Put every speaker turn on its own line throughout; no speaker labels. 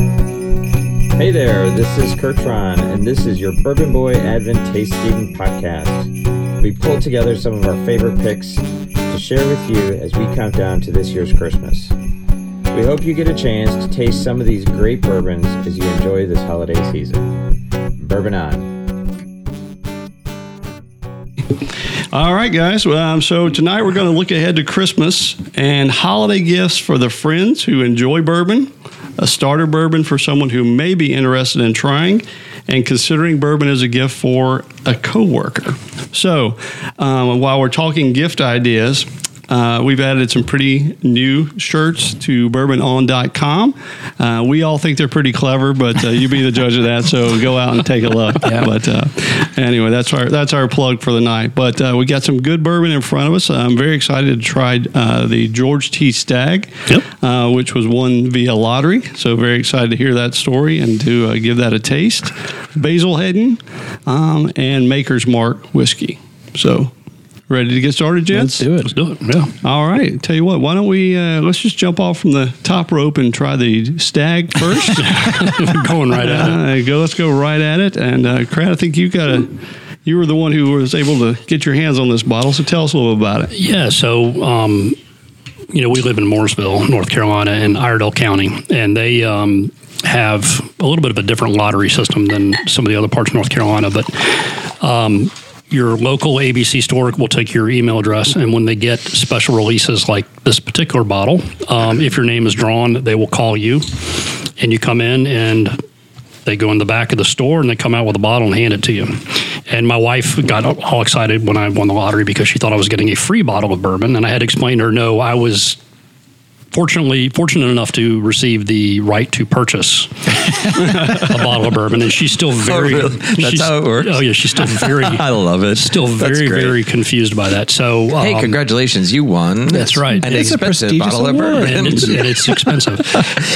Hey there, this is Kurtron, and this is your Bourbon Boy Advent Tasting Podcast. We pulled together some of our favorite picks to share with you as we count down to this year's Christmas. We hope you get a chance to taste some of these great bourbons as you enjoy this holiday season. Bourbon on.
All right, guys. Well, um, so tonight we're going to look ahead to Christmas and holiday gifts for the friends who enjoy bourbon, a starter bourbon for someone who may be interested in trying, and considering bourbon as a gift for a coworker. So, um, while we're talking gift ideas, uh, we've added some pretty new shirts to bourbonon.com. Uh, we all think they're pretty clever, but uh, you be the judge of that. So go out and take a look. But uh, anyway, that's our that's our plug for the night. But uh, we got some good bourbon in front of us. I'm very excited to try uh, the George T. Stag,
Yep.
uh, which was won via lottery. So very excited to hear that story and to uh, give that a taste. Basil Hedden um, and Maker's Mark whiskey. So. Ready to get started,
Let's
gents?
do it. Let's do it. Yeah.
All right. Tell you what, why don't we uh, let's just jump off from the top rope and try the stag first.
Going right at it.
uh, go. Let's go right at it. And uh, Crad, I think you got a. You were the one who was able to get your hands on this bottle, so tell us a little about it.
Yeah. So, um, you know, we live in Mooresville, North Carolina, in Iredell County, and they um, have a little bit of a different lottery system than some of the other parts of North Carolina. But um, your local ABC store will take your email address, and when they get special releases like this particular bottle, um, if your name is drawn, they will call you, and you come in and they go in the back of the store and they come out with a bottle and hand it to you. And my wife got all excited when I won the lottery because she thought I was getting a free bottle of bourbon, and I had to explain to her, no, I was fortunately fortunate enough to receive the right to purchase a bottle of bourbon, and she's still very.
Oh, really? That's
she's-
how it works?
Oh yeah, she's still very.
I love it.
Still
That's
very
great.
very confused by that. So
Hey,
um,
congratulations, you won.
That's right.
An
It's a
expensive
prestigious
bottle of
and
bourbon.
it's, and it's expensive.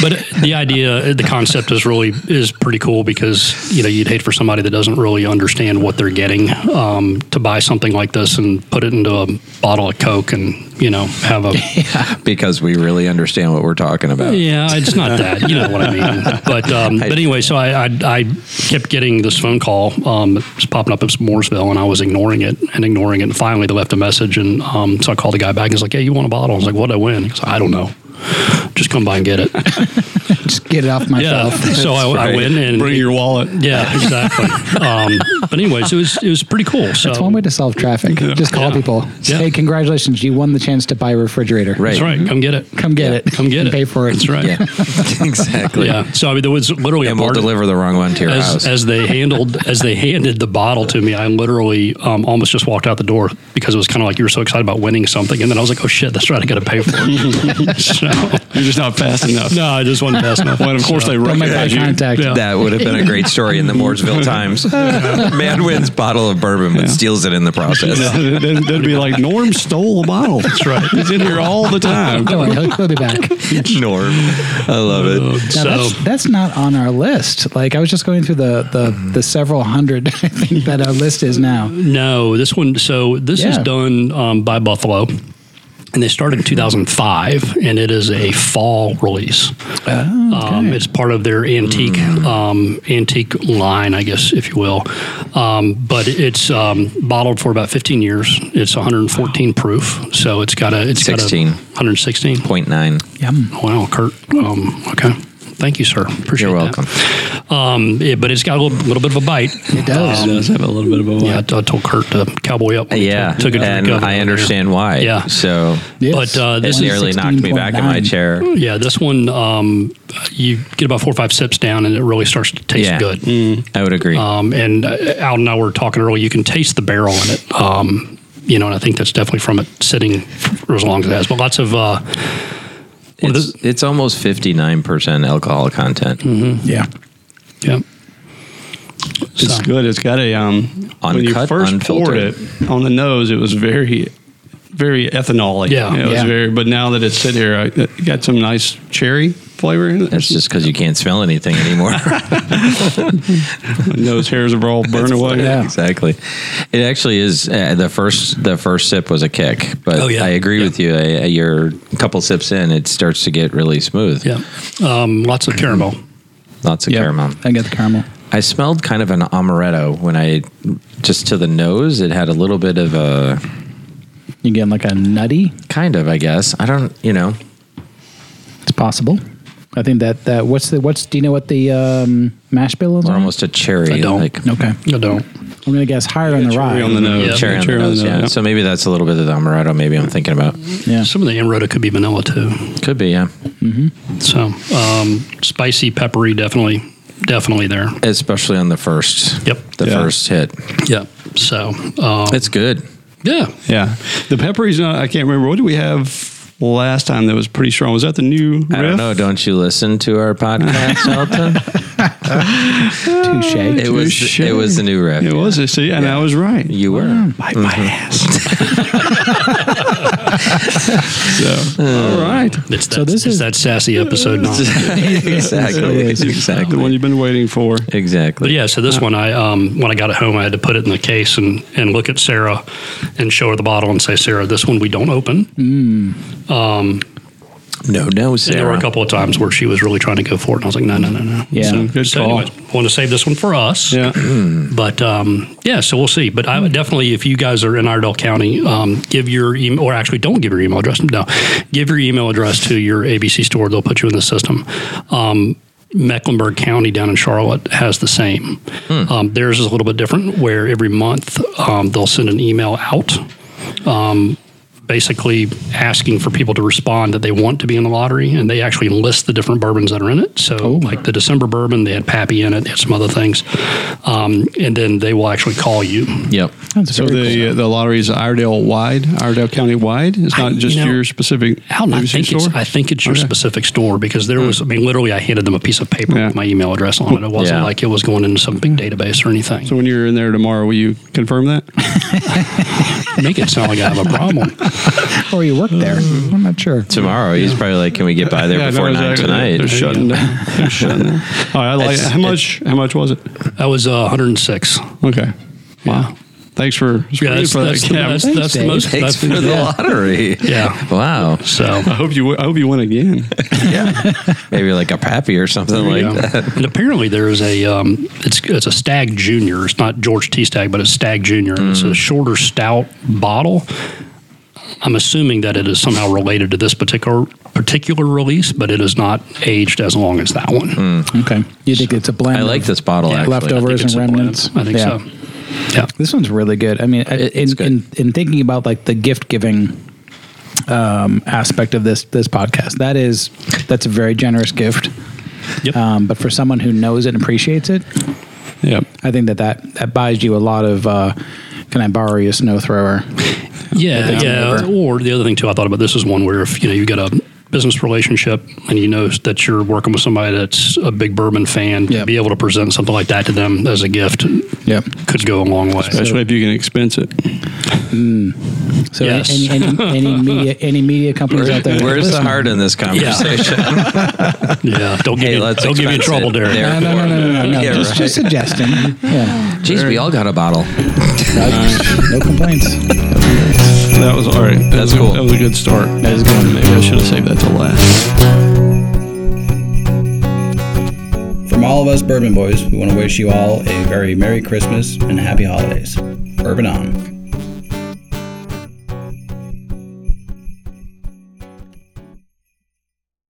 But the idea, the concept is really is pretty cool because you know you'd hate for somebody that doesn't really understand what they're getting um, to buy something like this and put it into a bottle of Coke and you know have a
because we really understand what we're talking about.
yeah, it's not that. You know what I mean. But um, but anyway, so I, I I kept getting this phone call. Um, it was popping up in Mooresville, and I was ignoring it and ignoring it. And finally, they left a message, and um, so I called the guy back. and He's like, "Hey, you want a bottle?" I was like, "What would I win?" He goes, "I don't know. Just come by and get it."
Just get it off my
Yeah.
shelf.
so I, I went and
Bring your wallet.
yeah, exactly. um, but anyways, it was it was pretty cool. So
That's one way to solve traffic. Just call
Yeah.
people.
Yeah.
Say, congratulations, you won the chance to buy a refrigerator.
Right.
That's right. Come get it.
Come get it.
Come get
And
it.
Pay for it.
That's right.
Yeah. exactly.
Yeah. So I mean, there was literally
And
a
we'll
part of-
deliver the wrong one to your
as,
house.
as they handled as they handed the bottle to me, I literally um, almost just walked out the door because it was kind of like you were so excited about winning something, and then I was like, "Oh shit, that's right, I got to pay for it." so,
You're just not fast enough.
no, I just wasn't fast enough.
Well, and of course they
Don't make
recognize
eye
you.
contact.
Yeah.
That would have been a great story in the Mooresville Times. Man wins bottle of bourbon, but steals it in the process.
No, they'd, they'd be like, Norm stole a bottle. That's right. He's in here all the time.
Don't worry, he'll, he'll be back.
Norm. I love
Uh,
it.
Now,
so
that's, that's not on our list. Like I was just going through the the, the several hundred I think that our list is now.
no, this one. So this is
Yeah.
done um, by Buffalo. And they started in 2005, and it is a fall release.
Oh,
Um, it's part of their antique
Hmm.
um, antique line, I guess, if you will. Um, but it's um, bottled for about 15 years. It's 114 proof, so it's got a it's
16.
got a 116.
Point nine.
Yum.
Oh, Wow, Kurt. Um, okay. Thank you, sir. Appreciate
You're
that.
welcome.
Um, yeah, but it's got a little, little bit of a bite.
It does.
Um,
have a little bit of a
yeah, I t- I told Kurt to cowboy up. when he
Yeah.
took- took a
and
drink of it
I
there.
understand why.
Yeah.
So
But uh,
it
this is
nearly knocked me back in my
16.9.
chair.
yeah, this one um, you get about four or five sips down, and it really starts to taste
Yeah.
good.
I would agree.
Um, and uh, Al and I were talking earlier. You can taste the barrel in it. Um, you know, and I think that's definitely from it sitting for as long as it has. But lots of uh, what
it's,
is Hmm.
it's almost 59% alcohol content.
yeah.
yeah.
It's
So-
good. It's got a um, when you
Uncut,
first poured
unfiltered.
it on the nose, it was very, very ethanol-y.
Yeah.
it was
Yeah.
very. But now that it's sit here, I, it got some nice cherry flavor in it?
That's just because you can't smell anything anymore.
My nose hairs are all burned away.
Yeah.
exactly. It actually is. Uh, the first the first sip was a kick, but
Oh, yeah.
I agree
Yeah.
with you. I, I- you're a couple sips in, it starts to get really smooth.
Yeah. Um, lots of caramel.
Lots of
Yep.
caramel.
I get the caramel.
I smelled kind of an amaretto when I just to the nose. It had a little bit of a
You get like a nutty.
kind of, I guess. I don't, you know.
It's possible. I think that that what's the what's do you know what the um, mash bill is?
Or
on it?
almost a cherry.
Mm-hmm. I don't.
Like,
Okay,
I don't.
I'm gonna guess higher on the rye.
Cherry on the nose.
Yeah.
Cherry on the nose, yeah.
yeah.
So maybe that's a little bit of the amaretto. Maybe I'm thinking about.
Yeah,
Some of the amaretto could be vanilla too.
Could be, yeah.
So um, spicy, peppery, definitely, definitely there.
Especially on the first.
Yep.
The
Yeah.
first hit.
Yeah. So um,
It's good.
yeah,
Yeah. The peppery's not, I can't remember. What did we have last time that was pretty strong? Was that the new riff?
I don't know. Don't you listen to our podcast, Elton?
touche.
it was. It was the new riff.
It
yeah. Mm-hmm.
was. See, and I was right.
You were.
Bite my ass. so, all right.
it's that,
So this
it's
is-
that sassy episode. now.
exactly.
The one
Exactly.
you've been waiting for.
Exactly.
But yeah, so this one, I um, when I got it home, I had to put it in the case and, and look at Sarah and show her the bottle and say, Sarah, this one we don't open.
No, no, Sarah.
And there were a couple of times where she was really trying to go for it, and I was like, no, no, no, no.
Yeah.
so,
Good
so
call.
anyways, wanted to save this one for us.
Yeah.
But um, yeah, so we'll see. But I would definitely, if you guys are in Iredell County, um, give your email, or actually don't give your email address. No, give your email address to your ABC store. They'll put you in the system. Um, Mecklenburg County down in Charlotte has the same. Um, theirs is a little bit different, where every month um, they'll send an email out. Um, basically asking for people to respond that they want to be in the lottery and they actually list the different bourbons that are in it so like the december bourbon they had pappy in it they had some other things um, and then they will actually call you
Yep.
That's
So
very cool.
the the lottery is Iredale wide, Iredale County wide. It's not
I-
just
you know,
your specific
I, don't know, I
ABC
think it's,
store?
I think it's your Hmm.
Okay.
specific store because there was, I mean, literally, I handed them a piece of paper
Yeah.
with my email address on it. It wasn't
Yeah.
like it was going into some big database or anything.
so when you're in there tomorrow, will you confirm that?
Make it sound like I have a problem.
or you work there.
Mm-hmm.
I'm not sure.
Tomorrow, he's probably like, "Can we get by there
Yeah, I know
before nine
exactly. They're
tonight?"
shutting down. They're shutting down. All right, I like
It's-
how much? How much was it?
That was uh, 106.
Okay. Wow. Thanks for
Yeah, that's,
for that.
that's, the,
Yeah,
that's,
thanks,
that's the
Dave.
most. That's,
Thanks for the lottery.
Yeah.
Wow.
so
I hope you. I hope you win again.
Yeah. Maybe like a pappy or something
There you
like
go.
that.
And apparently there is a um, it's it's a Stag Junior. It's not George T Stag, but it's Stag Junior. and It's
Mm.
a shorter stout bottle. I'm assuming that it is somehow related to this particular particular release, but it is not aged as long as that one.
Okay, you think it's a blend?
Mm, I like
of
this bottle.
Yeah,
actually.
leftover. Overs
I think it's
and
a blend.
remnants.
I think
Yeah.
so. Yeah.
This one's really good. I mean, I
It-
in,
it's good.
in in thinking about like the gift giving um, aspect of this this podcast, that is that's a very generous gift.
Yep.
Um, but for someone who knows it and appreciates it,
Uh, Yep.
I think that that, that buys you a lot of. Uh, can I borrow your snow thrower?
Yeah,
down
yeah.
river.
Or the other thing too, I thought about this is one where if you know you got a business relationship and you know that you're working with somebody that's a big bourbon fan, to
Yep.
be able to present something like that to them as a gift
Yep.
could go a long way.
Especially if you can expense it.
So
Yes.
any, any, any media any media companies out there?
Where's the
listening?
heart in this conversation?
Yeah, don't give
Hey,
you
let's
don't give you
expense
trouble,
it.
Derek.
There.
No, no, no, no, no, no.
Yeah,
just,
right.
just suggesting. Yeah.
Jeez, we all got a bottle.
no complaints.
That was all right. That
That's
was a-
cool.
That was a good start.
That is good.
Maybe I should have saved that till last.
From all of us Bourbon Boys, we want to wish you all a very Merry Christmas and Happy Holidays. Bourbon on.